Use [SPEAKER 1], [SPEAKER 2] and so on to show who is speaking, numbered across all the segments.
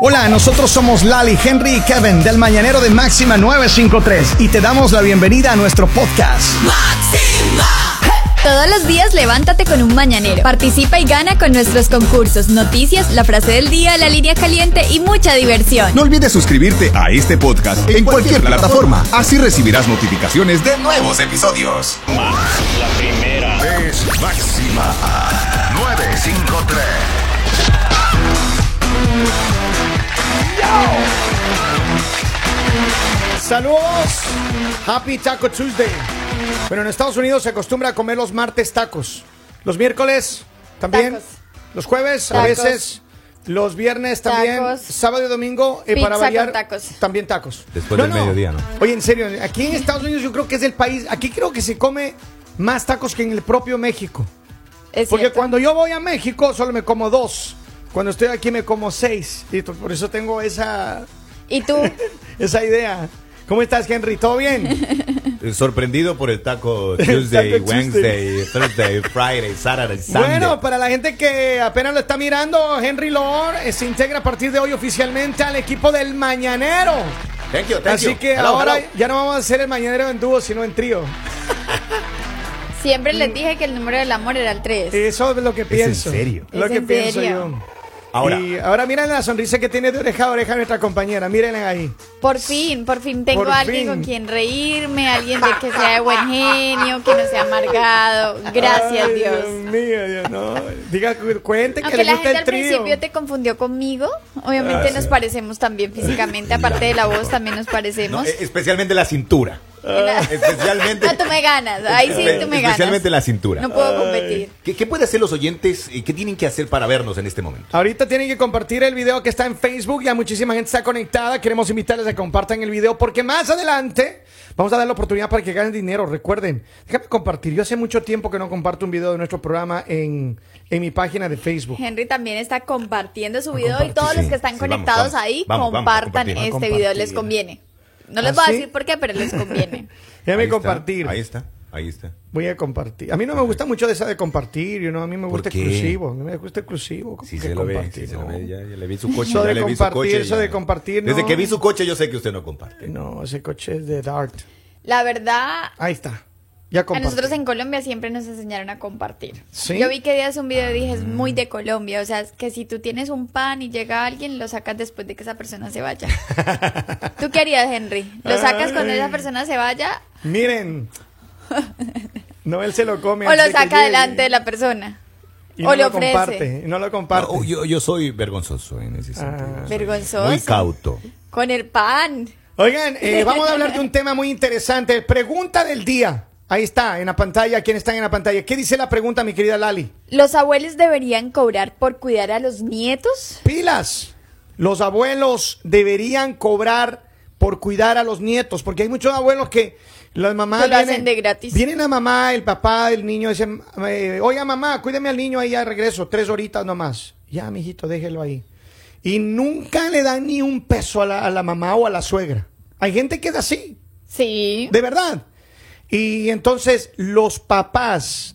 [SPEAKER 1] Hola, nosotros somos Lali, Henry y Kevin del Mañanero de Máxima 953 y te damos la bienvenida a nuestro podcast.
[SPEAKER 2] Todos los días levántate con un mañanero. Participa y gana con nuestros concursos, noticias, la frase del día, la línea caliente y mucha diversión.
[SPEAKER 3] No olvides suscribirte a este podcast en cualquier plataforma. Así recibirás notificaciones de nuevos episodios.
[SPEAKER 4] La primera.
[SPEAKER 5] es máxima 953.
[SPEAKER 6] Saludos. Happy Taco Tuesday. Bueno, en Estados Unidos se acostumbra a comer los martes tacos. Los miércoles también.
[SPEAKER 7] Tacos.
[SPEAKER 6] Los jueves a
[SPEAKER 7] Tacos.
[SPEAKER 6] veces. Los viernes también.
[SPEAKER 7] Tacos.
[SPEAKER 6] Sábado y domingo. eh,
[SPEAKER 7] Pizza
[SPEAKER 6] para
[SPEAKER 7] con
[SPEAKER 6] variar.
[SPEAKER 7] tacos.
[SPEAKER 6] También tacos.
[SPEAKER 8] Después del mediodía, ¿no?
[SPEAKER 6] Oye, en serio, aquí en Estados Unidos yo creo que es el país. Aquí creo que se come más tacos que en el propio México.
[SPEAKER 7] Es
[SPEAKER 6] Porque
[SPEAKER 7] cierto.
[SPEAKER 6] cuando yo voy a México solo me como dos. Cuando estoy aquí me como seis. Y t- por eso tengo esa
[SPEAKER 7] ¿Y tú?
[SPEAKER 6] esa idea. ¿Cómo estás, Henry? ¿Todo bien?
[SPEAKER 8] Eh, Sorprendido por el taco
[SPEAKER 6] Taco
[SPEAKER 8] Tuesday,
[SPEAKER 6] Tuesday.
[SPEAKER 8] Wednesday, Thursday, Friday, Saturday, Sunday.
[SPEAKER 6] Bueno, para la gente que apenas lo está mirando, Henry Lord eh, se integra a partir de hoy oficialmente al equipo del Mañanero.
[SPEAKER 8] Thank you, thank
[SPEAKER 6] Así
[SPEAKER 8] you.
[SPEAKER 6] que
[SPEAKER 8] Hello,
[SPEAKER 6] ahora
[SPEAKER 8] hello.
[SPEAKER 6] ya no vamos a hacer el Mañanero en dúo, sino en trío.
[SPEAKER 7] Siempre les dije que el número del amor era el 3.
[SPEAKER 6] Eso es lo que pienso.
[SPEAKER 8] serio?
[SPEAKER 6] Lo
[SPEAKER 7] Es
[SPEAKER 6] que
[SPEAKER 7] en
[SPEAKER 6] pienso
[SPEAKER 7] serio.
[SPEAKER 6] yo.
[SPEAKER 8] Ahora.
[SPEAKER 6] Y ahora miren la sonrisa que tiene de oreja a oreja nuestra compañera. Mírenla ahí.
[SPEAKER 7] Por fin, por fin tengo
[SPEAKER 6] Por
[SPEAKER 7] a alguien
[SPEAKER 6] fin.
[SPEAKER 7] con quien reírme, alguien de que sea de buen genio, que no sea amargado. Gracias,
[SPEAKER 6] Ay,
[SPEAKER 7] Dios.
[SPEAKER 6] mío, Dios, no. Diga, cu- cuente que
[SPEAKER 7] Aunque
[SPEAKER 6] le
[SPEAKER 7] la
[SPEAKER 6] gusta
[SPEAKER 7] gente
[SPEAKER 6] el
[SPEAKER 7] al
[SPEAKER 6] trío. Ah,
[SPEAKER 7] principio te confundió conmigo, obviamente nos parecemos también físicamente, aparte de la voz también nos
[SPEAKER 8] No,
[SPEAKER 7] parecemos.
[SPEAKER 8] eh, especialmente la cintura.
[SPEAKER 6] eh,
[SPEAKER 8] especialmente.
[SPEAKER 7] No, tú me ganas, ahí sí tú me ganas.
[SPEAKER 8] Especialmente la cintura.
[SPEAKER 7] No puedo competir.
[SPEAKER 8] ¿Qué, qué pueden hacer los oyentes y qué tienen que hacer para vernos en este momento?
[SPEAKER 6] Ahorita tienen que compartir el video que está en Facebook. Ya muchísima gente está conectada. Queremos invitarles a que compartan el video porque más adelante vamos a dar la oportunidad para que ganen dinero. Recuerden, déjame compartir. Yo hace mucho tiempo que no comparto un video de nuestro programa en, en mi página de Facebook.
[SPEAKER 7] Henry también está compartiendo su
[SPEAKER 8] Ah,
[SPEAKER 7] video y
[SPEAKER 8] comparte,
[SPEAKER 7] todos los
[SPEAKER 8] sí,
[SPEAKER 7] que están
[SPEAKER 8] sí, vamos,
[SPEAKER 7] conectados
[SPEAKER 8] vamos,
[SPEAKER 7] ahí
[SPEAKER 8] vamos, vamos,
[SPEAKER 7] compartan
[SPEAKER 8] compartir.
[SPEAKER 7] este
[SPEAKER 6] Compartir.
[SPEAKER 7] video, les conviene. No les voy
[SPEAKER 6] ¿Ah,
[SPEAKER 7] a
[SPEAKER 6] sí?
[SPEAKER 7] decir por qué, pero les conviene.
[SPEAKER 8] Ahí
[SPEAKER 6] Déjame
[SPEAKER 8] está,
[SPEAKER 6] compartir.
[SPEAKER 8] Ahí está, ahí está.
[SPEAKER 6] Voy a compartir. A mí no me gusta mucho de esa de compartir. you know, A mí me
[SPEAKER 8] ¿Por
[SPEAKER 6] gusta
[SPEAKER 8] qué?
[SPEAKER 6] exclusivo. A mí me gusta exclusivo. ¿Cómo
[SPEAKER 8] Si
[SPEAKER 6] que
[SPEAKER 8] se lo ve,
[SPEAKER 6] compartir?
[SPEAKER 8] si se lo
[SPEAKER 6] No.
[SPEAKER 8] ve, ya, ya le vi su coche,
[SPEAKER 6] Eso
[SPEAKER 8] ya
[SPEAKER 6] de
[SPEAKER 8] le vi su
[SPEAKER 6] compartir,
[SPEAKER 8] coche.
[SPEAKER 6] eso
[SPEAKER 8] ya.
[SPEAKER 6] de compartir, no.
[SPEAKER 8] Desde que vi su coche yo sé que usted no comparte.
[SPEAKER 6] No, ese coche es de Dart.
[SPEAKER 7] La verdad,
[SPEAKER 6] Ahí está. Ya
[SPEAKER 7] a
[SPEAKER 6] compartí.
[SPEAKER 7] nosotros en Colombia siempre nos enseñaron a compartir.
[SPEAKER 6] ¿Sí?
[SPEAKER 7] Yo vi que días un video y dije, es
[SPEAKER 8] Ah.
[SPEAKER 7] muy de Colombia. O sea, es que si tú tienes un pan y llega alguien, lo sacas después de que esa persona se vaya. ¿Tú qué harías, Henry? ¿Lo sacas cuando
[SPEAKER 6] Ay.
[SPEAKER 7] esa persona se vaya
[SPEAKER 6] Miren. Noel se lo come.
[SPEAKER 7] o lo
[SPEAKER 6] antes de que
[SPEAKER 7] saca
[SPEAKER 6] llegue.
[SPEAKER 7] delante de la persona?
[SPEAKER 6] Y
[SPEAKER 7] o
[SPEAKER 6] no
[SPEAKER 7] le
[SPEAKER 6] lo
[SPEAKER 7] ofrece.
[SPEAKER 6] comparte, no lo comparte. Ah,
[SPEAKER 8] No, yo, yo soy vergonzoso en ese sentido. Soy
[SPEAKER 7] Vergonzoso.
[SPEAKER 8] Muy cauto.
[SPEAKER 7] Con el pan.
[SPEAKER 6] Oigan, eh, vamos a hablar de un tema muy interesante. Pregunta del día. Ahí está, en la pantalla. ¿Quién está en la pantalla? ¿Qué dice la pregunta, mi querida Lali?
[SPEAKER 7] ¿Los abuelos deberían cobrar por cuidar a los nietos?
[SPEAKER 6] Pilas. Los abuelos deberían cobrar por cuidar a los nietos, porque hay muchos abuelos que las mamás
[SPEAKER 7] Que lo hacen de gratis.
[SPEAKER 6] Vienen la mamá, el papá, el niño, dicen, eh, oiga mamá, cuídeme al niño ahí ya regreso, tres horitas nomás. Ya, mijito, déjelo ahí. Y nunca le dan ni un peso a la, a la mamá o a la suegra. Hay gente que es así.
[SPEAKER 7] Sí.
[SPEAKER 6] De verdad. Y entonces los papás,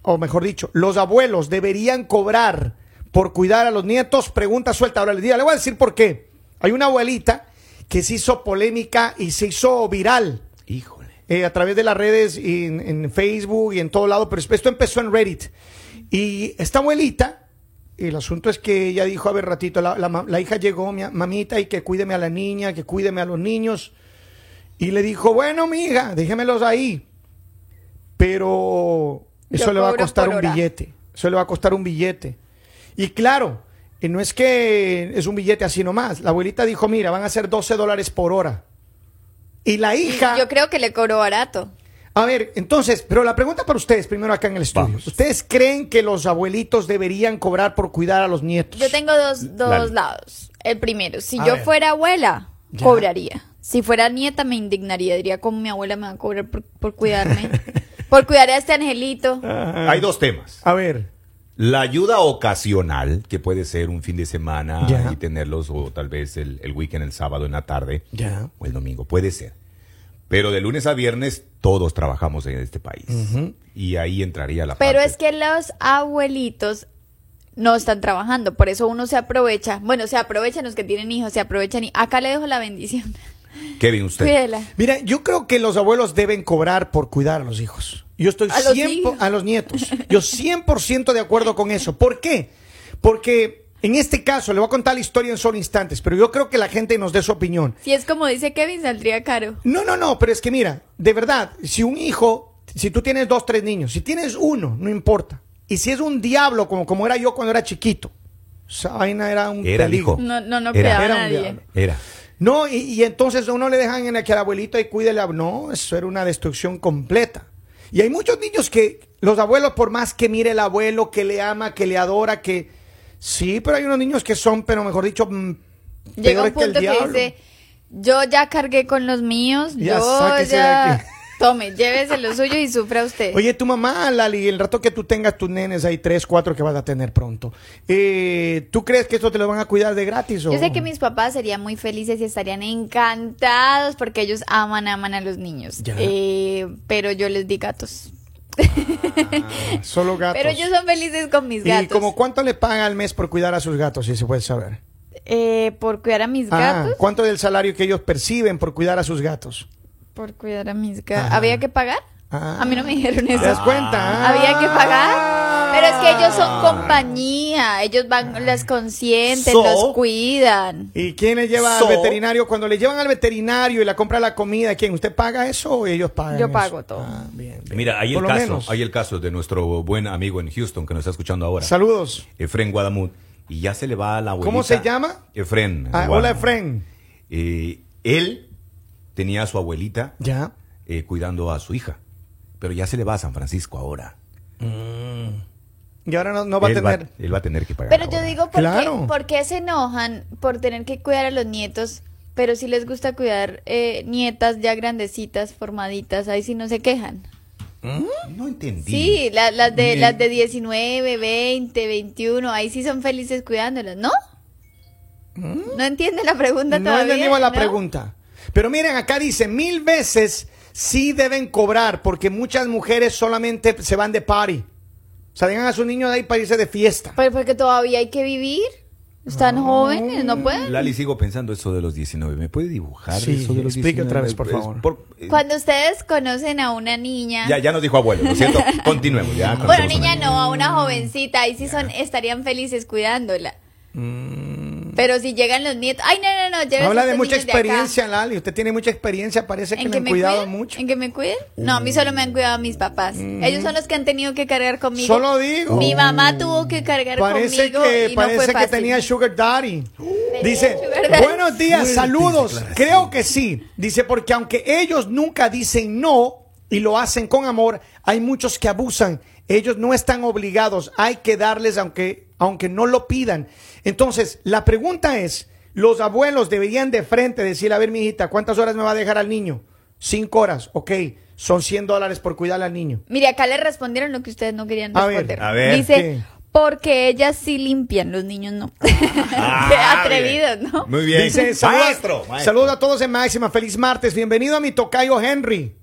[SPEAKER 6] o mejor dicho, los abuelos deberían cobrar por cuidar a los nietos. Pregunta suelta. Ahora les digo, le voy a decir por qué. Hay una abuelita que se hizo polémica y se hizo viral
[SPEAKER 8] Híjole.
[SPEAKER 6] eh, a través de las redes y en, en Facebook y en todo lado, pero esto empezó en Reddit. Y esta abuelita, el asunto es que ella dijo, a ver, ratito, la, la ma- la hija llegó, mi mamita, y que cuídeme a la niña, que cuídeme a los niños. Y le dijo, bueno, mija, déjemelos ahí. Pero eso
[SPEAKER 7] Yo
[SPEAKER 6] le va a
[SPEAKER 7] cobro
[SPEAKER 6] costar
[SPEAKER 7] por
[SPEAKER 6] un
[SPEAKER 7] hora.
[SPEAKER 6] billete. Eso le va a costar un billete. Y claro, eh, no es que es un billete así nomás. La abuelita dijo, mira, van a ser 12 dólares por hora. Y la hija...
[SPEAKER 7] Yo creo que le cobró barato.
[SPEAKER 6] A ver, entonces, pero la pregunta para ustedes, primero acá en el estudio.
[SPEAKER 8] Vamos.
[SPEAKER 6] ¿Ustedes creen que los abuelitos deberían cobrar por cuidar a los nietos?
[SPEAKER 7] Yo tengo dos, dos
[SPEAKER 8] Lali.
[SPEAKER 7] lados. El primero, si
[SPEAKER 6] A
[SPEAKER 7] yo
[SPEAKER 6] ver.
[SPEAKER 7] fuera abuela,
[SPEAKER 6] Ya.
[SPEAKER 7] cobraría. Si fuera nieta, me indignaría. Diría, ¿cómo mi abuela me va a cobrar por, por cuidarme? por cuidar a este angelito.
[SPEAKER 6] Ah.
[SPEAKER 8] Hay dos temas.
[SPEAKER 6] A ver,
[SPEAKER 8] La ayuda ocasional, que puede ser un fin de semana
[SPEAKER 6] Ya.
[SPEAKER 8] y tenerlos, o tal vez el, el weekend, el sábado en la tarde,
[SPEAKER 6] Ya.
[SPEAKER 8] o el domingo, puede ser. Pero de lunes a viernes todos trabajamos en este país. Y ahí entraría la
[SPEAKER 7] Pero
[SPEAKER 8] parte.
[SPEAKER 7] es que los abuelitos no están trabajando. Por eso uno se aprovecha. Bueno, se aprovechan los que tienen hijos, se aprovechan. Y acá le dejo la bendición.
[SPEAKER 8] Kevin, usted.
[SPEAKER 7] Cuídela.
[SPEAKER 6] Mira, yo creo que los abuelos deben cobrar por cuidar a los hijos. Yo estoy
[SPEAKER 7] A los
[SPEAKER 6] 100
[SPEAKER 7] hijos.
[SPEAKER 6] a los nietos. Yo 100% de acuerdo con eso. ¿Por qué? Porque en este caso, le voy a contar la historia en solo instantes, pero yo creo que la gente nos dé su opinión.
[SPEAKER 7] Si es como dice Kevin, saldría caro.
[SPEAKER 6] No, no, no, pero es que mira, de verdad, si un hijo, si tú tienes dos, tres niños, si tienes uno, no importa. Y si es un diablo, como, como era yo cuando era chiquito, esa vaina era un
[SPEAKER 8] Era el
[SPEAKER 6] peligro.
[SPEAKER 8] hijo.
[SPEAKER 7] No, no, no
[SPEAKER 8] Era-
[SPEAKER 7] cuidaba a
[SPEAKER 6] era un
[SPEAKER 7] nadie.
[SPEAKER 6] diablo.
[SPEAKER 8] Era.
[SPEAKER 6] No, y, y entonces a uno le dejan en el que al abuelito y cuídele. a- No, eso era una destrucción completa. Y hay muchos niños que los abuelos, por más que mire el abuelo, que le ama, que le adora, que. Sí, pero hay unos niños que son, pero mejor dicho, mm,
[SPEAKER 7] Llega un
[SPEAKER 6] peores el
[SPEAKER 7] punto que,
[SPEAKER 6] diablo.
[SPEAKER 7] dice, yo ya cargué con los míos,
[SPEAKER 6] Ya,
[SPEAKER 7] yo
[SPEAKER 6] sáquese de
[SPEAKER 7] ya...
[SPEAKER 6] aquí".
[SPEAKER 7] Tome, llévese lo suyo y sufra usted.
[SPEAKER 6] Oye, tu mamá, Lali, el rato que tú tengas tus nenes, hay tres, cuatro que vas a tener pronto. eh, ¿Tú crees que esto te lo van a cuidar de gratis? o-
[SPEAKER 7] Yo sé que mis papás serían muy felices y estarían encantados porque ellos aman, aman a los niños.
[SPEAKER 6] Ya.
[SPEAKER 7] Eh, pero yo les di gatos.
[SPEAKER 6] Ah, Solo gatos.
[SPEAKER 7] Pero ellos son felices con mis
[SPEAKER 6] ¿Y
[SPEAKER 7] gatos.
[SPEAKER 6] como cuánto le pagan al mes por cuidar a sus gatos, si se puede saber?
[SPEAKER 7] Eh, por cuidar a mis
[SPEAKER 6] Ah,
[SPEAKER 7] gatos.
[SPEAKER 6] ¿Cuánto del salario que ellos perciben por cuidar a sus gatos?
[SPEAKER 7] Por cuidar a mis gatos.
[SPEAKER 6] Ajá.
[SPEAKER 7] ¿Había que pagar?
[SPEAKER 6] Ah.
[SPEAKER 7] A mí no me dijeron
[SPEAKER 6] ¿Te
[SPEAKER 7] eso.
[SPEAKER 6] das cuenta?
[SPEAKER 7] Ah. Había que pagar. Pero es que ellos son
[SPEAKER 6] Ah.
[SPEAKER 7] compañía. Ellos van, las consienten,
[SPEAKER 8] So-
[SPEAKER 7] los cuidan.
[SPEAKER 6] ¿Y quién le lleva
[SPEAKER 8] So-
[SPEAKER 6] al veterinario? Cuando le llevan al veterinario y la compra la comida, ¿quién? ¿Usted paga eso o ellos pagan?
[SPEAKER 7] Yo
[SPEAKER 6] eso?
[SPEAKER 7] pago todo.
[SPEAKER 6] Ah, bien, bien.
[SPEAKER 8] Mira, hay el
[SPEAKER 6] Por lo
[SPEAKER 8] caso,
[SPEAKER 6] menos.
[SPEAKER 8] hay el caso de nuestro buen amigo en Houston que nos está escuchando ahora,
[SPEAKER 6] Saludos.
[SPEAKER 8] Efren Guadamud, y ya se le va a la abuelita.
[SPEAKER 6] ¿Cómo se llama?
[SPEAKER 8] Efren.
[SPEAKER 6] Ah,
[SPEAKER 8] Guadamud.
[SPEAKER 6] hola, Efren.
[SPEAKER 8] Eh, él tenía a su abuelita
[SPEAKER 6] Ya.
[SPEAKER 8] eh, cuidando a su hija, pero ya se le va a San Francisco ahora.
[SPEAKER 6] Y ahora no, no va a
[SPEAKER 8] él, va,
[SPEAKER 6] tener.
[SPEAKER 8] él va a tener que pagar.
[SPEAKER 7] Pero yo
[SPEAKER 8] ahora.
[SPEAKER 7] digo, ¿por,
[SPEAKER 6] Claro.
[SPEAKER 7] qué, por qué se enojan por tener que cuidar a los nietos? Pero si les gusta cuidar eh, nietas ya grandecitas, formaditas, ahí sí no se quejan.
[SPEAKER 8] No entendí.
[SPEAKER 7] Sí, la- las, de,
[SPEAKER 8] Ni-
[SPEAKER 7] las de 19, 20, 21, ahí sí son felices cuidándolas, ¿no? ¿No entiende la pregunta
[SPEAKER 6] ¿Mm? No
[SPEAKER 7] todavía?
[SPEAKER 6] entendimos la
[SPEAKER 7] ¿no?
[SPEAKER 6] pregunta. Pero miren, acá dice mil veces sí deben cobrar porque muchas mujeres solamente se van de party. O sea, dejan a su niño de ahí para irse de fiesta.
[SPEAKER 7] Pero Pues porque todavía hay que vivir. Están jóvenes, no pueden.
[SPEAKER 8] Lali, sigo pensando eso de los 19. ¿Me puede dibujar
[SPEAKER 6] Sí,
[SPEAKER 8] eso de los 19?
[SPEAKER 6] explique otra vez, por
[SPEAKER 8] Es
[SPEAKER 6] favor.
[SPEAKER 8] eh,
[SPEAKER 7] Cuando ustedes conocen a una niña.
[SPEAKER 8] ya, ya nos dijo abuelo, lo siento. Continuemos. Ya,
[SPEAKER 7] Bueno,
[SPEAKER 8] continuemos.
[SPEAKER 7] niña no, a una jovencita, ahí sí son, estarían felices cuidándola. Pero si llegan los nietos, ay no, no, no, llévense
[SPEAKER 6] Mm. Habla
[SPEAKER 7] a
[SPEAKER 6] de
[SPEAKER 7] estos
[SPEAKER 6] mucha
[SPEAKER 7] niños de acá.
[SPEAKER 6] experiencia, Lali. Usted tiene mucha experiencia, parece que
[SPEAKER 7] ¿En
[SPEAKER 6] le
[SPEAKER 7] que
[SPEAKER 6] han
[SPEAKER 7] me
[SPEAKER 6] cuidado
[SPEAKER 7] cuiden?
[SPEAKER 6] mucho. Mm.
[SPEAKER 7] ¿En que me cuiden? No, a mí solo me han cuidado mis papás. Ellos son los que han tenido que cargar conmigo.
[SPEAKER 6] Solo digo.
[SPEAKER 7] Mi mamá tuvo que cargar
[SPEAKER 6] Parece
[SPEAKER 7] conmigo
[SPEAKER 6] que,
[SPEAKER 7] y no
[SPEAKER 6] parece
[SPEAKER 7] fue
[SPEAKER 6] que
[SPEAKER 7] fácil.
[SPEAKER 6] tenía Sugar Daddy. Dice,
[SPEAKER 7] Sugar Daddy.
[SPEAKER 6] buenos días, saludos. Creo que sí. Dice, porque aunque ellos nunca dicen no y lo hacen con amor, hay muchos que abusan. Ellos no están obligados. Hay que darles aunque, aunque no lo pidan. Entonces, la pregunta es, los abuelos deberían de frente decir, a ver, mi hijita, ¿cuántas horas me va a dejar al niño? Cinco horas, ok. Son 100 dólares por cuidar al niño.
[SPEAKER 7] Mire, acá le respondieron lo que ustedes no querían
[SPEAKER 6] A ver,
[SPEAKER 7] responder.
[SPEAKER 8] a ver,
[SPEAKER 7] Dice,
[SPEAKER 6] ¿qué?
[SPEAKER 7] porque ellas sí limpian, los niños no. Qué
[SPEAKER 8] Ah,
[SPEAKER 7] atrevidos,
[SPEAKER 8] bien.
[SPEAKER 7] ¿no?
[SPEAKER 8] Muy bien.
[SPEAKER 6] Dice, saludos,
[SPEAKER 8] maestro, maestro.
[SPEAKER 6] saludos a todos en Máxima. Feliz martes. Bienvenido a mi tocayo Henry.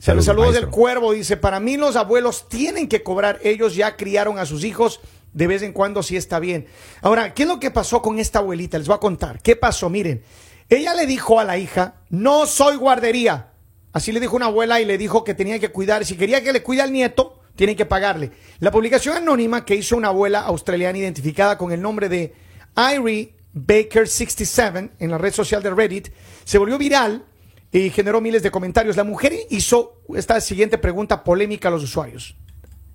[SPEAKER 6] Saludos, saludos del
[SPEAKER 8] maestro.
[SPEAKER 6] cuervo. Dice, para mí los abuelos tienen que cobrar. Ellos ya criaron a sus hijos. De vez en cuando sí está bien. Ahora, ¿qué es lo que pasó con esta abuelita? Les voy a contar. ¿Qué pasó? Miren, ella le dijo a la hija, no soy guardería. Así le dijo una abuela y le dijo que tenía que cuidar. Si quería que le cuide al nieto, tienen que pagarle. La publicación anónima que hizo una abuela australiana identificada con el nombre de Irie Baker67 en la red social de Reddit se volvió viral y generó miles de comentarios. La mujer hizo esta siguiente pregunta polémica a los usuarios.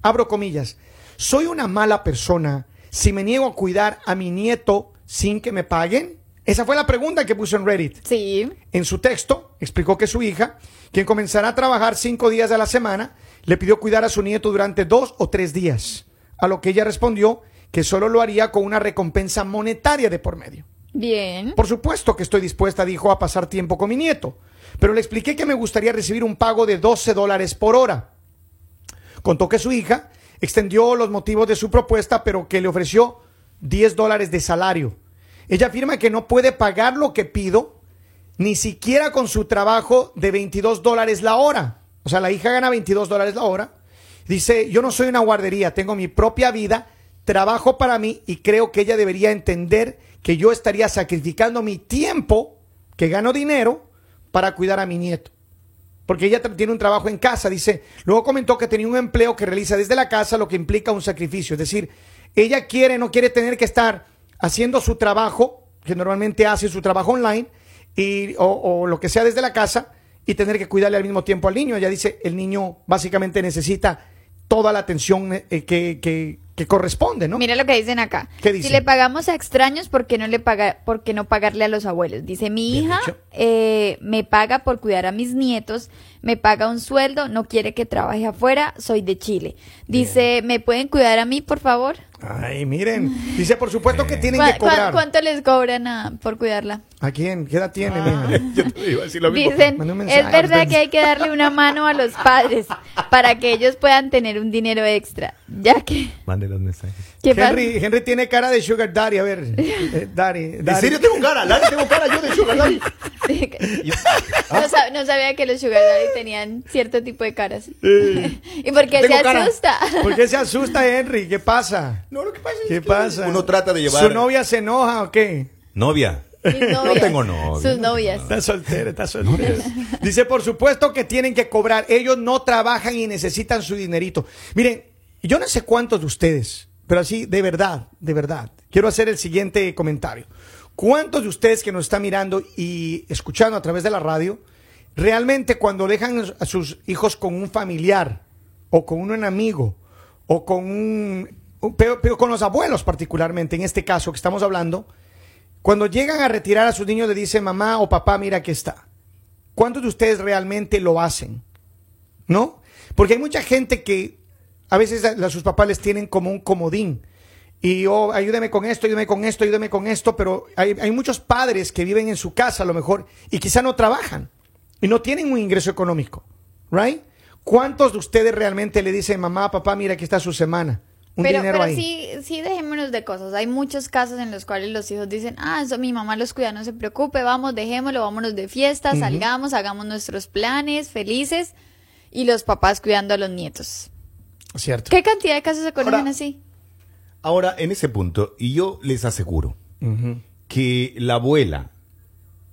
[SPEAKER 6] Abro comillas. ¿Soy una mala persona si me niego a cuidar a mi nieto sin que me paguen? Esa fue la pregunta que puso en Reddit.
[SPEAKER 7] Sí.
[SPEAKER 6] En su texto explicó que su hija, quien comenzará a trabajar cinco días a la semana, le pidió cuidar a su nieto durante dos o tres días, a lo que ella respondió que solo lo haría con una recompensa monetaria de por medio.
[SPEAKER 7] Bien.
[SPEAKER 6] Por supuesto que estoy dispuesta, dijo, a pasar tiempo con mi nieto, pero le expliqué que me gustaría recibir un pago de 12 dólares por hora. Contó que su hija extendió los motivos de su propuesta, pero que le ofreció 10 dólares de salario. Ella afirma que no puede pagar lo que pido, ni siquiera con su trabajo de 22 dólares la hora. O sea, la hija gana 22 dólares la hora. Dice, yo no soy una guardería, tengo mi propia vida, trabajo para mí y creo que ella debería entender que yo estaría sacrificando mi tiempo, que gano dinero, para cuidar a mi nieto. Porque ella tra- tiene un trabajo en casa, dice. Luego comentó que tenía un empleo que realiza desde la casa, lo que implica un sacrificio. Es decir, ella quiere, no quiere tener que estar haciendo su trabajo, que normalmente hace su trabajo online, y, o, o lo que sea desde la casa, y tener que cuidarle al mismo tiempo al niño. Ella dice, el niño básicamente necesita toda la atención eh, que, que- que corresponde, ¿no?
[SPEAKER 7] Mira lo que dicen acá.
[SPEAKER 6] ¿Qué dicen?
[SPEAKER 7] Si le pagamos a extraños, ¿por qué no, le paga, por qué no pagarle a los abuelos? Dice, mi hija
[SPEAKER 6] dicho.
[SPEAKER 7] eh, me paga por cuidar a mis nietos, me paga un sueldo, no quiere que trabaje afuera, soy de Chile. Dice, ¿me pueden cuidar a mí, por favor?
[SPEAKER 6] Ay, miren. Dice, por supuesto que tienen
[SPEAKER 7] ¿Cuá-
[SPEAKER 6] que
[SPEAKER 7] cuá-
[SPEAKER 6] cobrar.
[SPEAKER 7] ¿Cuánto les cobran a- por cuidarla?
[SPEAKER 6] ¿A quién? ¿Qué edad tiene? mija?
[SPEAKER 8] Yo te iba a decir lo mismo.
[SPEAKER 7] Dicen,
[SPEAKER 6] Mandé un mensaje.
[SPEAKER 7] es verdad que hay que darle una mano a los padres para que ellos puedan tener un dinero extra, ya que...
[SPEAKER 8] Mande los mensajes.
[SPEAKER 7] ¿Qué pasa?
[SPEAKER 6] Henry, Henry tiene cara de Sugar Daddy, a ver. eh, daddy,
[SPEAKER 8] ¿En
[SPEAKER 6] daddy.
[SPEAKER 8] serio tengo cara? ¿Lali tengo cara yo de Sugar Daddy? ¿Ah?
[SPEAKER 7] No, sab- no sabía que los sugar daddy tenían cierto tipo de caras. ¿Y por qué
[SPEAKER 8] Tengo
[SPEAKER 7] se
[SPEAKER 8] cara.
[SPEAKER 7] asusta?
[SPEAKER 6] ¿Por qué se asusta Henry? ¿Qué pasa?
[SPEAKER 8] No, lo que pasa es
[SPEAKER 6] ¿Qué
[SPEAKER 8] que
[SPEAKER 6] pasa?
[SPEAKER 8] uno trata de llevar...
[SPEAKER 6] ¿Su novia se enoja o qué?
[SPEAKER 8] ¿Novia?
[SPEAKER 7] Mis novias.
[SPEAKER 8] tengo novia,
[SPEAKER 7] Sus
[SPEAKER 8] no
[SPEAKER 7] novias.
[SPEAKER 6] Está soltera, está soltera. Dice, por supuesto que tienen que cobrar. Ellos no trabajan y necesitan su dinerito. Miren, yo no sé cuántos de ustedes, pero así, de verdad, de verdad, quiero hacer el siguiente comentario. ¿Cuántos de ustedes que nos están mirando y escuchando a través de la radio, realmente cuando dejan a sus hijos con un familiar o con un amigo o con un... Pero, pero con los abuelos particularmente, en este caso que estamos hablando, cuando llegan a retirar a sus niños, le dicen, mamá o papá, mira aquí está. ¿Cuántos de ustedes realmente lo hacen? ¿No? Porque hay mucha gente que a veces a, a sus papás les tienen como un comodín. Y, oh, ayúdame con esto, ayúdame con esto, ayúdame con esto. Pero hay, hay muchos padres que viven en su casa a lo mejor y quizá no trabajan y no tienen un ingreso económico. ¿Right? ¿Cuántos de ustedes realmente le dicen, mamá, papá, mira aquí está su semana? Un
[SPEAKER 7] Pero,
[SPEAKER 6] dinero
[SPEAKER 7] pero
[SPEAKER 6] ahí.
[SPEAKER 7] sí, sí, dejémonos de cosas. Hay muchos casos en los cuales los hijos dicen, ah, eso mi mamá los cuida, no se preocupe, vamos, dejémoslo, vámonos de fiesta, salgamos, hagamos nuestros planes felices y los papás cuidando a los nietos.
[SPEAKER 6] Cierto.
[SPEAKER 7] ¿Qué cantidad de casos se conocen
[SPEAKER 8] Ahora-
[SPEAKER 7] así?
[SPEAKER 8] Ahora, en ese punto, y yo les aseguro que la abuela,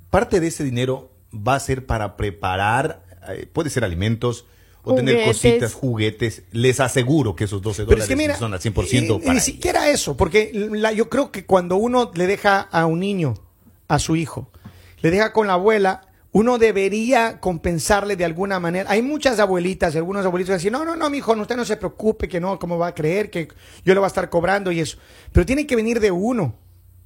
[SPEAKER 8] parte de ese dinero va a ser para preparar, eh, puede ser alimentos o tener
[SPEAKER 7] Juguetes.
[SPEAKER 8] cositas, juguetes. Les aseguro que esos 12
[SPEAKER 6] Pero
[SPEAKER 8] dólares
[SPEAKER 6] es que mira,
[SPEAKER 8] son al
[SPEAKER 6] y-
[SPEAKER 8] 100%
[SPEAKER 6] y
[SPEAKER 8] para
[SPEAKER 6] ni
[SPEAKER 8] ella.
[SPEAKER 6] siquiera eso, porque la- yo creo que cuando uno le deja a un niño, a su hijo, le deja con la abuela, uno debería compensarle de alguna manera. Hay muchas abuelitas, y algunos abuelitos que dicen, no, no, no, mi hijo, usted no se preocupe, que no, cómo va a creer, que yo le voy a estar cobrando y eso. Pero tiene que venir de uno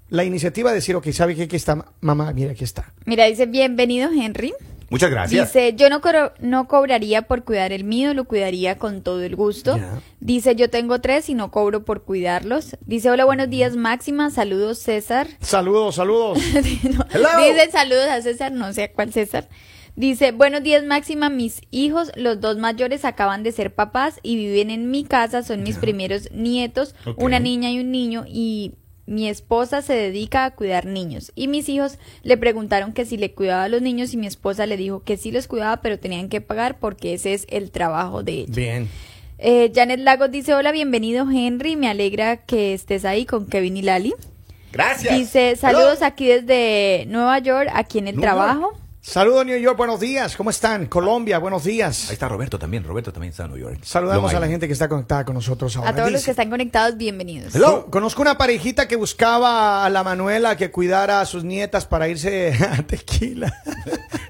[SPEAKER 6] la iniciativa de decir, ok, ¿sabe qué? Aquí está, mamá, mira, aquí está.
[SPEAKER 7] Mira, dice, bienvenido Henry.
[SPEAKER 8] Muchas gracias.
[SPEAKER 7] Dice, yo no, cobro- no cobraría por cuidar el mío, lo cuidaría con todo el gusto.
[SPEAKER 6] Ya.
[SPEAKER 7] Dice, yo tengo tres y no cobro por cuidarlos. Dice, hola, buenos días Máxima, saludos César.
[SPEAKER 6] Saludos, saludos.
[SPEAKER 7] No,
[SPEAKER 8] Hello.
[SPEAKER 7] Dice, saludos a César, no sé a cuál César. Dice, buenos días Máxima, mis hijos, los dos mayores acaban de ser papás y viven en mi casa, son mis primeros nietos,
[SPEAKER 8] Ok.
[SPEAKER 7] una niña y un niño y... Mi esposa se dedica a cuidar niños y mis hijos le preguntaron que si le cuidaba a los niños y mi esposa le dijo que sí los cuidaba pero tenían que pagar porque ese es el trabajo de ella.
[SPEAKER 6] Bien.
[SPEAKER 7] Eh, Janet Lagos dice, hola, bienvenido Henry, me alegra que estés ahí con Kevin y Lali.
[SPEAKER 8] gracias.
[SPEAKER 7] Dice, saludos aquí desde Nueva York, aquí en el
[SPEAKER 8] Nueva
[SPEAKER 7] trabajo.
[SPEAKER 6] Saludos, New York, buenos días. ¿Cómo están? Colombia, buenos días.
[SPEAKER 8] Ahí está Roberto también. Roberto también está en Nueva York.
[SPEAKER 6] Saludamos
[SPEAKER 8] Long
[SPEAKER 6] a la
[SPEAKER 8] Island.
[SPEAKER 6] gente que está conectada con nosotros ahora.
[SPEAKER 7] A todos los
[SPEAKER 6] Dice,
[SPEAKER 7] que están conectados, bienvenidos.
[SPEAKER 6] Con- Conozco una parejita que buscaba a la Manuela que cuidara a sus nietas para irse a tequila.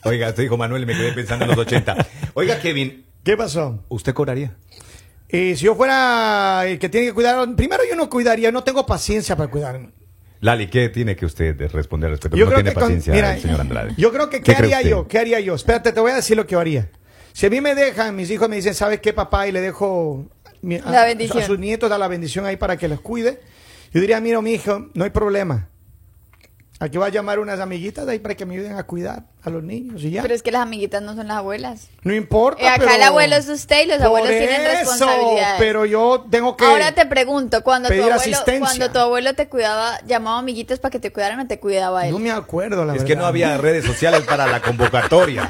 [SPEAKER 8] Oiga, te dijo Manuel, me quedé pensando en los 80. Oiga, Kevin,
[SPEAKER 6] ¿Qué pasó?
[SPEAKER 8] ¿usted cobraría?
[SPEAKER 6] Eh, si yo fuera el que tiene que cuidar, primero yo no cuidaría, no tengo paciencia para cuidarme.
[SPEAKER 8] Lali, ¿qué tiene que usted responder al respecto? no tiene
[SPEAKER 6] con-
[SPEAKER 8] paciencia,
[SPEAKER 6] mira,
[SPEAKER 8] el señor Andrade.
[SPEAKER 6] Yo creo que, ¿qué,
[SPEAKER 8] ¿Qué cree
[SPEAKER 6] haría
[SPEAKER 8] usted?
[SPEAKER 6] yo? ¿Qué haría yo? Espérate, te voy a decir lo que yo haría. Si a mí me dejan, mis hijos me dicen, ¿sabes qué, papá? Y le dejo mi- a,
[SPEAKER 7] La bendición.
[SPEAKER 6] a sus nietos, da la bendición ahí para que los cuide. Yo diría, mira, mi hijo, no hay problema. Aquí voy a llamar unas amiguitas de ahí para que me ayuden a cuidar. a los niños y ya.
[SPEAKER 7] Pero es que las amiguitas no son las abuelas.
[SPEAKER 6] No importa.
[SPEAKER 7] Eh, acá
[SPEAKER 6] pero-
[SPEAKER 7] el abuelo es usted y los
[SPEAKER 6] Por
[SPEAKER 7] abuelos tienen
[SPEAKER 6] eso,
[SPEAKER 7] responsabilidades.
[SPEAKER 6] Pero yo tengo que.
[SPEAKER 7] Ahora te pregunto, cuando tu,
[SPEAKER 6] pedir
[SPEAKER 7] abuelo,
[SPEAKER 6] asistencia.
[SPEAKER 7] cuando tu abuelo te cuidaba, llamaba amiguitas para que te cuidaran o te cuidaba él.
[SPEAKER 6] No me acuerdo, la
[SPEAKER 8] es
[SPEAKER 6] verdad.
[SPEAKER 8] que no había redes sociales para la convocatoria.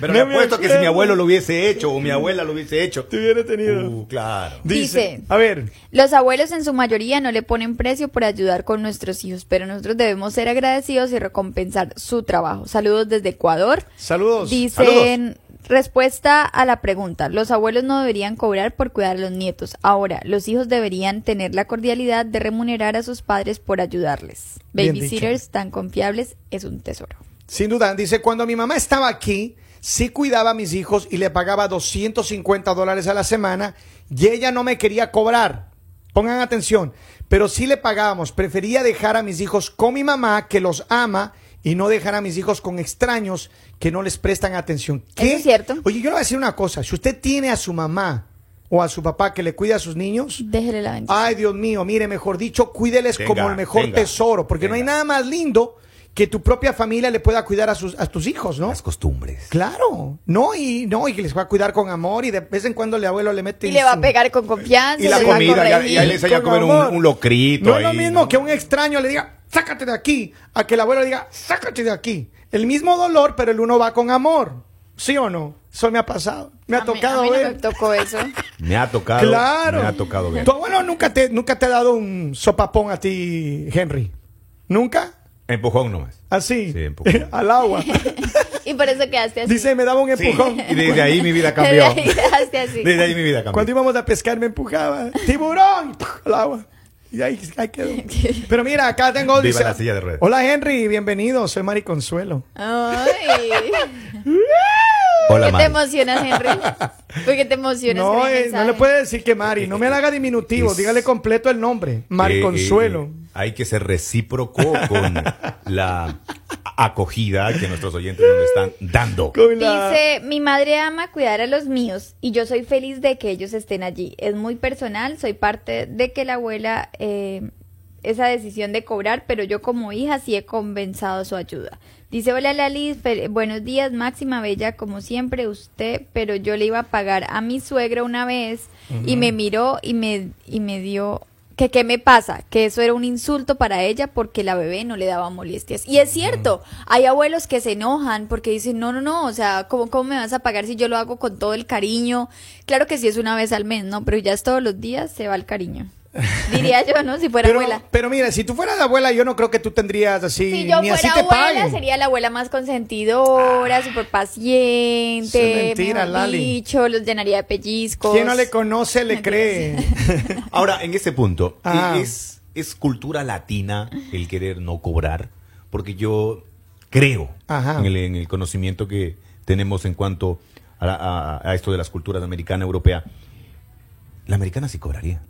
[SPEAKER 8] Pero
[SPEAKER 6] No
[SPEAKER 8] le
[SPEAKER 6] me
[SPEAKER 8] apuesto que si
[SPEAKER 6] acuerdo.
[SPEAKER 8] mi abuelo lo hubiese hecho o mi abuela lo hubiese hecho.
[SPEAKER 6] Te hubiera tenido.
[SPEAKER 8] Uh, claro.
[SPEAKER 7] Dice-
[SPEAKER 6] A ver.
[SPEAKER 7] Los abuelos en su mayoría no le ponen precio por ayudar con nuestros hijos, pero nosotros debemos ser agradecidos y recompensar su trabajo. Saludos desde Ecuador.
[SPEAKER 6] Saludos.
[SPEAKER 7] Dicen, respuesta a la pregunta, los abuelos no deberían cobrar por cuidar a los nietos. Ahora, los hijos deberían tener la cordialidad de remunerar a sus padres por ayudarles.
[SPEAKER 6] Bien
[SPEAKER 7] Babysitters tan confiables es un tesoro.
[SPEAKER 6] Sin duda, dice, cuando mi mamá estaba aquí, sí cuidaba a mis hijos y le pagaba 250 dólares a la semana y ella no me quería cobrar. Pongan atención, pero sí le pagábamos. Prefería dejar a mis hijos con mi mamá, que los ama, y no dejar a mis hijos con extraños que no les prestan atención.
[SPEAKER 7] Eso es cierto.
[SPEAKER 6] Oye, yo le voy a decir una cosa. Si usted tiene a su mamá o a su papá que le cuida a sus niños,
[SPEAKER 7] Déjele la bendición.
[SPEAKER 6] Ay, Dios mío, mire, mejor dicho, cuídeles
[SPEAKER 8] Venga,
[SPEAKER 6] como el mejor
[SPEAKER 8] venga,
[SPEAKER 6] tesoro, porque no hay
[SPEAKER 8] venga.
[SPEAKER 6] nada más lindo que tu propia familia le pueda cuidar a, sus, a tus hijos, ¿no?
[SPEAKER 8] Las costumbres.
[SPEAKER 6] Claro, no, y no, y que les va a cuidar con amor, y de vez en cuando el abuelo le mete.
[SPEAKER 7] Y le va
[SPEAKER 6] su-
[SPEAKER 7] a pegar con confianza.
[SPEAKER 8] Y la
[SPEAKER 7] le va a
[SPEAKER 8] comida, ya-
[SPEAKER 7] corregir.
[SPEAKER 8] ya les haya
[SPEAKER 6] Con
[SPEAKER 8] comer un,
[SPEAKER 6] amor.
[SPEAKER 8] un locrito.
[SPEAKER 6] No es lo
[SPEAKER 8] ahí,
[SPEAKER 6] mismo
[SPEAKER 8] ¿no?
[SPEAKER 6] que un extraño le diga, sácate de aquí, a que el abuelo le diga, sácate de aquí. El mismo dolor, pero el uno va con amor. ¿Sí o no? Eso me ha pasado. Me ha
[SPEAKER 7] A mí-
[SPEAKER 6] tocado
[SPEAKER 7] a mí no
[SPEAKER 6] ver.
[SPEAKER 7] me tocó eso.
[SPEAKER 8] Me ha tocado.
[SPEAKER 6] Claro.
[SPEAKER 8] Me ha tocado ver.
[SPEAKER 6] Tu abuelo nunca te, nunca te ha dado un sopapón a ti, Henry. ¿Nunca?
[SPEAKER 8] Empujón nomás.
[SPEAKER 6] Así.
[SPEAKER 8] Sí, empujón.
[SPEAKER 6] Al agua.
[SPEAKER 7] Y por eso quedaste así.
[SPEAKER 6] Dice, me daba un
[SPEAKER 8] Sí,
[SPEAKER 6] empujón.
[SPEAKER 8] Y desde ahí mi vida
[SPEAKER 7] Desde
[SPEAKER 8] cambió.
[SPEAKER 7] ahí quedaste así.
[SPEAKER 8] Desde ahí mi vida cambió.
[SPEAKER 6] Cuando íbamos a pescar me empujaba. ¡Tiburón! Al agua. Y ahí, ahí quedó. Pero mira, acá tengo.
[SPEAKER 8] Viva la silla de ruedas.
[SPEAKER 6] Hola Henry, bienvenido. Soy Mari Consuelo.
[SPEAKER 7] Ay.
[SPEAKER 8] Hola,
[SPEAKER 7] ¿Por qué te
[SPEAKER 8] Mari.
[SPEAKER 7] emocionas, Henry? ¿Por qué te emocionas?
[SPEAKER 6] No,
[SPEAKER 7] con el
[SPEAKER 6] eh, no
[SPEAKER 7] mensaje?
[SPEAKER 6] le puede decir que Mari. No me haga diminutivo.
[SPEAKER 8] Es-
[SPEAKER 6] Dígale completo el nombre. Mari
[SPEAKER 8] Eh,
[SPEAKER 6] Consuelo.
[SPEAKER 8] eh, eh, hay que ser recíproco con la acogida que nuestros oyentes nos están dando.
[SPEAKER 6] Con la-
[SPEAKER 7] Dice, mi madre ama cuidar a los míos y yo soy feliz de que ellos estén allí. Es muy personal, soy parte de que la abuela, eh, esa decisión de cobrar, pero yo como hija sí he compensado su ayuda. Dice, hola Lali, fel- buenos días, máxima bella, como siempre usted, pero yo le iba a pagar a mi suegra una vez y me miró y me, y me dio... Que qué me pasa, que eso era un insulto para ella porque la bebé no le daba molestias.
[SPEAKER 6] Mm.
[SPEAKER 7] Y es cierto, hay abuelos que se enojan porque dicen, no, no, no, o sea, ¿cómo, ¿cómo me vas a pagar si yo lo hago con todo el cariño? Claro que sí es una vez al mes, ¿no? Pero ya es todos los días, se va el cariño. Diría yo, ¿no? Si fuera
[SPEAKER 6] pero,
[SPEAKER 7] abuela.
[SPEAKER 6] pero mira, si tú fueras la abuela, yo no creo que tú tendrías así.
[SPEAKER 7] Si yo
[SPEAKER 6] ni
[SPEAKER 7] fuera
[SPEAKER 6] así te
[SPEAKER 7] abuela,
[SPEAKER 6] paguen. Ah.
[SPEAKER 7] sería la abuela más consentidora, súper
[SPEAKER 6] Eso es
[SPEAKER 7] paciente,
[SPEAKER 6] mentira,
[SPEAKER 7] mejor
[SPEAKER 6] Lali.
[SPEAKER 7] dicho, los llenaría de pellizcos.
[SPEAKER 6] Quien no le conoce le cree.
[SPEAKER 8] Ahora, en ese punto,
[SPEAKER 6] Ah.
[SPEAKER 8] ¿es, ¿es cultura latina el querer no cobrar? Porque yo creo
[SPEAKER 6] Ajá.
[SPEAKER 8] en el, en el conocimiento que tenemos en cuanto a, la- a- a esto de las culturas americana, europea. La americana sí cobraría.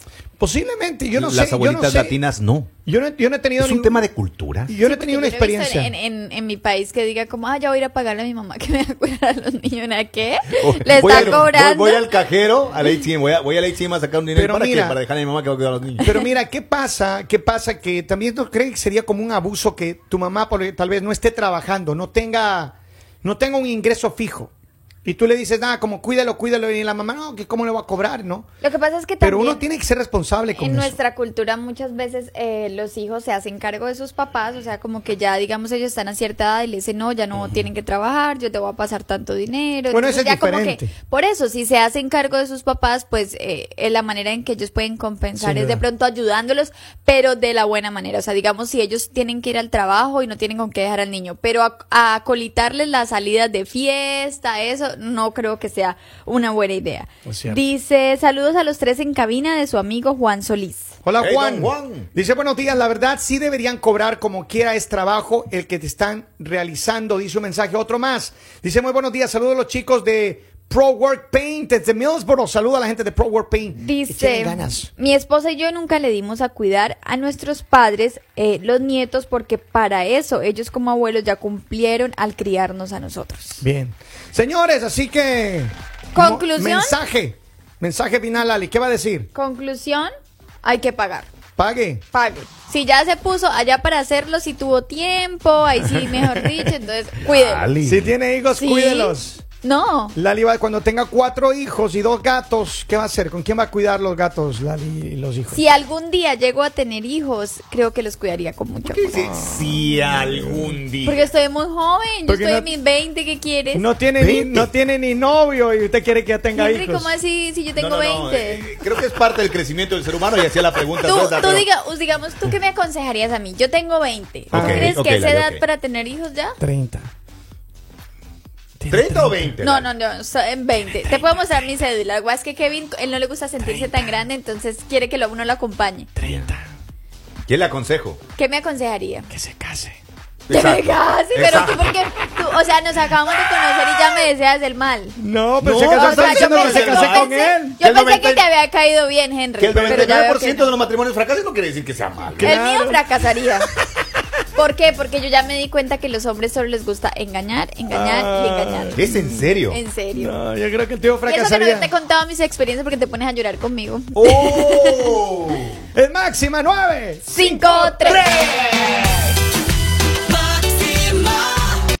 [SPEAKER 6] Posiblemente, yo no
[SPEAKER 8] las
[SPEAKER 6] sé. yo no
[SPEAKER 8] abuelitas
[SPEAKER 6] sé.
[SPEAKER 8] latinas no.
[SPEAKER 6] Yo no, yo no he tenido
[SPEAKER 8] Es un
[SPEAKER 6] ningún-
[SPEAKER 8] tema de cultura.
[SPEAKER 6] Yo no he
[SPEAKER 7] Sí, porque
[SPEAKER 6] tenido una
[SPEAKER 7] yo no he visto
[SPEAKER 6] experiencia.
[SPEAKER 7] En, en- en mi país que diga como, ah, ya voy a ir a pagarle a mi mamá que me va a cuidar a los niños. ¿A qué? Le
[SPEAKER 8] Oh, Voy
[SPEAKER 7] está
[SPEAKER 8] al- voy-
[SPEAKER 7] cobrando.
[SPEAKER 8] Voy, al cajero, al ATM, voy, a, voy al ATM a sacar un dinero.
[SPEAKER 6] Pero
[SPEAKER 8] ¿Para
[SPEAKER 6] mira-
[SPEAKER 8] qué? Para dejarle a mi mamá que va a cuidar a los niños.
[SPEAKER 6] Pero mira, ¿qué pasa? ¿Qué pasa? Que también no creen que sería como un abuso que tu mamá por- tal vez no esté trabajando, no tenga, no tenga un ingreso fijo. Y tú le dices, nada, como cuídalo, cuídalo. Y la mamá, no, que ¿cómo le voy a cobrar? ¿No?
[SPEAKER 7] Lo que pasa es que también...
[SPEAKER 6] Pero uno tiene que ser responsable con
[SPEAKER 7] En
[SPEAKER 6] eso.
[SPEAKER 7] nuestra cultura muchas veces eh, los hijos se hacen cargo de sus papás, o sea, como que ya digamos ellos están a cierta edad y le dicen, no, ya no tienen que trabajar, yo te voy a pasar tanto dinero.
[SPEAKER 6] Bueno, eso es
[SPEAKER 7] ya como
[SPEAKER 6] diferente.
[SPEAKER 7] que, por eso, si se hacen cargo de sus papás, pues eh, eh, la manera en que ellos pueden compensar
[SPEAKER 6] Sin
[SPEAKER 7] es de
[SPEAKER 6] duda.
[SPEAKER 7] pronto ayudándolos, pero de la buena manera. O sea, digamos, si ellos tienen que ir al trabajo y no tienen con qué dejar al niño, pero a, a colitarles las salidas de fiesta, eso no creo que sea una buena idea.
[SPEAKER 6] Es cierto.
[SPEAKER 7] Dice, saludos a los tres en cabina de su amigo Juan Solís.
[SPEAKER 6] Hola
[SPEAKER 8] Hey,
[SPEAKER 6] Juan.
[SPEAKER 8] don Juan.
[SPEAKER 6] Dice, buenos días, la verdad sí deberían cobrar como quiera es trabajo el que te están realizando, dice un mensaje. Otro más. Dice, muy buenos días, saludos a los chicos de Pro Work Paint desde Millsboro. Saluda a la gente de Pro Work Paint.
[SPEAKER 7] Dice,
[SPEAKER 6] Échenle ganas.
[SPEAKER 7] mi esposa y yo nunca le dimos a cuidar a nuestros padres eh, los nietos porque para eso ellos como abuelos ya cumplieron al criarnos a nosotros.
[SPEAKER 6] Bien. Señores, así que...
[SPEAKER 7] ¿Conclusión?
[SPEAKER 6] Mensaje. Mensaje final, Ali. ¿Qué va a decir?
[SPEAKER 7] Conclusión, hay que pagar.
[SPEAKER 6] Pague.
[SPEAKER 7] pague. Si ya se puso allá para hacerlo, si tuvo tiempo, ahí sí, mejor dicho, entonces cuídelo.
[SPEAKER 8] Dale.
[SPEAKER 6] Si tiene hijos,
[SPEAKER 7] Sí.
[SPEAKER 6] Ah, cuídelos.
[SPEAKER 7] No,
[SPEAKER 6] Lali va, cuando tenga cuatro hijos y dos gatos, ¿qué va a hacer? ¿Con quién va a cuidar los gatos, Lali y los hijos?
[SPEAKER 7] si algún día llego a tener hijos, creo que los cuidaría con mucho amor.
[SPEAKER 8] Si- Si algún día.
[SPEAKER 7] Porque estoy muy joven, yo
[SPEAKER 6] Porque
[SPEAKER 7] estoy
[SPEAKER 6] no-
[SPEAKER 7] en mis 20, ¿qué quieres?
[SPEAKER 6] No tiene, ni,
[SPEAKER 8] Veinte.
[SPEAKER 6] no tiene ni novio y usted quiere que ya tenga
[SPEAKER 7] Henry,
[SPEAKER 6] hijos.
[SPEAKER 7] ¿cómo así si yo tengo
[SPEAKER 8] No, no,
[SPEAKER 7] 20?
[SPEAKER 8] no, eh, creo que es parte del crecimiento del ser humano y hacía la pregunta. entonces la
[SPEAKER 7] Tú, tú
[SPEAKER 8] creo-
[SPEAKER 7] diga, us- digamos, ¿tú qué me aconsejarías a mí? Yo tengo 20. ¿Tú
[SPEAKER 8] Ah, Ok,
[SPEAKER 7] crees
[SPEAKER 8] ok,
[SPEAKER 7] que esa
[SPEAKER 8] Lali,
[SPEAKER 7] edad
[SPEAKER 8] ok.
[SPEAKER 7] para tener hijos ya?
[SPEAKER 6] 30. Tiene
[SPEAKER 8] 30 o 20.
[SPEAKER 7] No, no, no, so- en 20. Te puedo mostrar mi cédula. Lo que pasa es que Kevin, él no le gusta sentirse tan grande, entonces quiere que lo- uno lo acompañe.
[SPEAKER 6] 30.
[SPEAKER 8] ¿Qué le aconsejo?
[SPEAKER 7] ¿Qué me aconsejaría?
[SPEAKER 6] Que se case.
[SPEAKER 7] Te me
[SPEAKER 8] Exacto.
[SPEAKER 7] casi, pero
[SPEAKER 8] Exacto.
[SPEAKER 7] tú porque tú, o sea, nos acabamos de conocer y ya me deseas el mal.
[SPEAKER 6] No, pero
[SPEAKER 8] No,
[SPEAKER 6] se
[SPEAKER 8] o
[SPEAKER 6] casó,
[SPEAKER 8] sea,
[SPEAKER 6] está
[SPEAKER 8] yo
[SPEAKER 6] diciendo que
[SPEAKER 8] pensé-
[SPEAKER 6] se casó
[SPEAKER 8] yo
[SPEAKER 6] con
[SPEAKER 8] Que
[SPEAKER 6] él.
[SPEAKER 7] Yo
[SPEAKER 8] el
[SPEAKER 7] pensé
[SPEAKER 8] 90
[SPEAKER 7] que te había caído bien, Henry.
[SPEAKER 8] Que el
[SPEAKER 7] pero ya veo
[SPEAKER 8] 99%
[SPEAKER 7] que
[SPEAKER 8] de
[SPEAKER 7] no. Eh,
[SPEAKER 8] los matrimonios fracasan no quiere decir que sea mal.
[SPEAKER 7] El mío fracasaría. ¿Por qué? Porque yo ya me di cuenta que los hombres solo les gusta engañar, engañar y engañar.
[SPEAKER 8] ¿Es en serio?
[SPEAKER 7] En serio.
[SPEAKER 6] Ah. No, yo creo que el tío
[SPEAKER 7] Y eso que no
[SPEAKER 6] fracasaría.
[SPEAKER 7] te he contado mis experiencias porque te pones a llorar conmigo.
[SPEAKER 8] ¡Oh!
[SPEAKER 6] Es máxima 9.
[SPEAKER 7] Cinco, tres.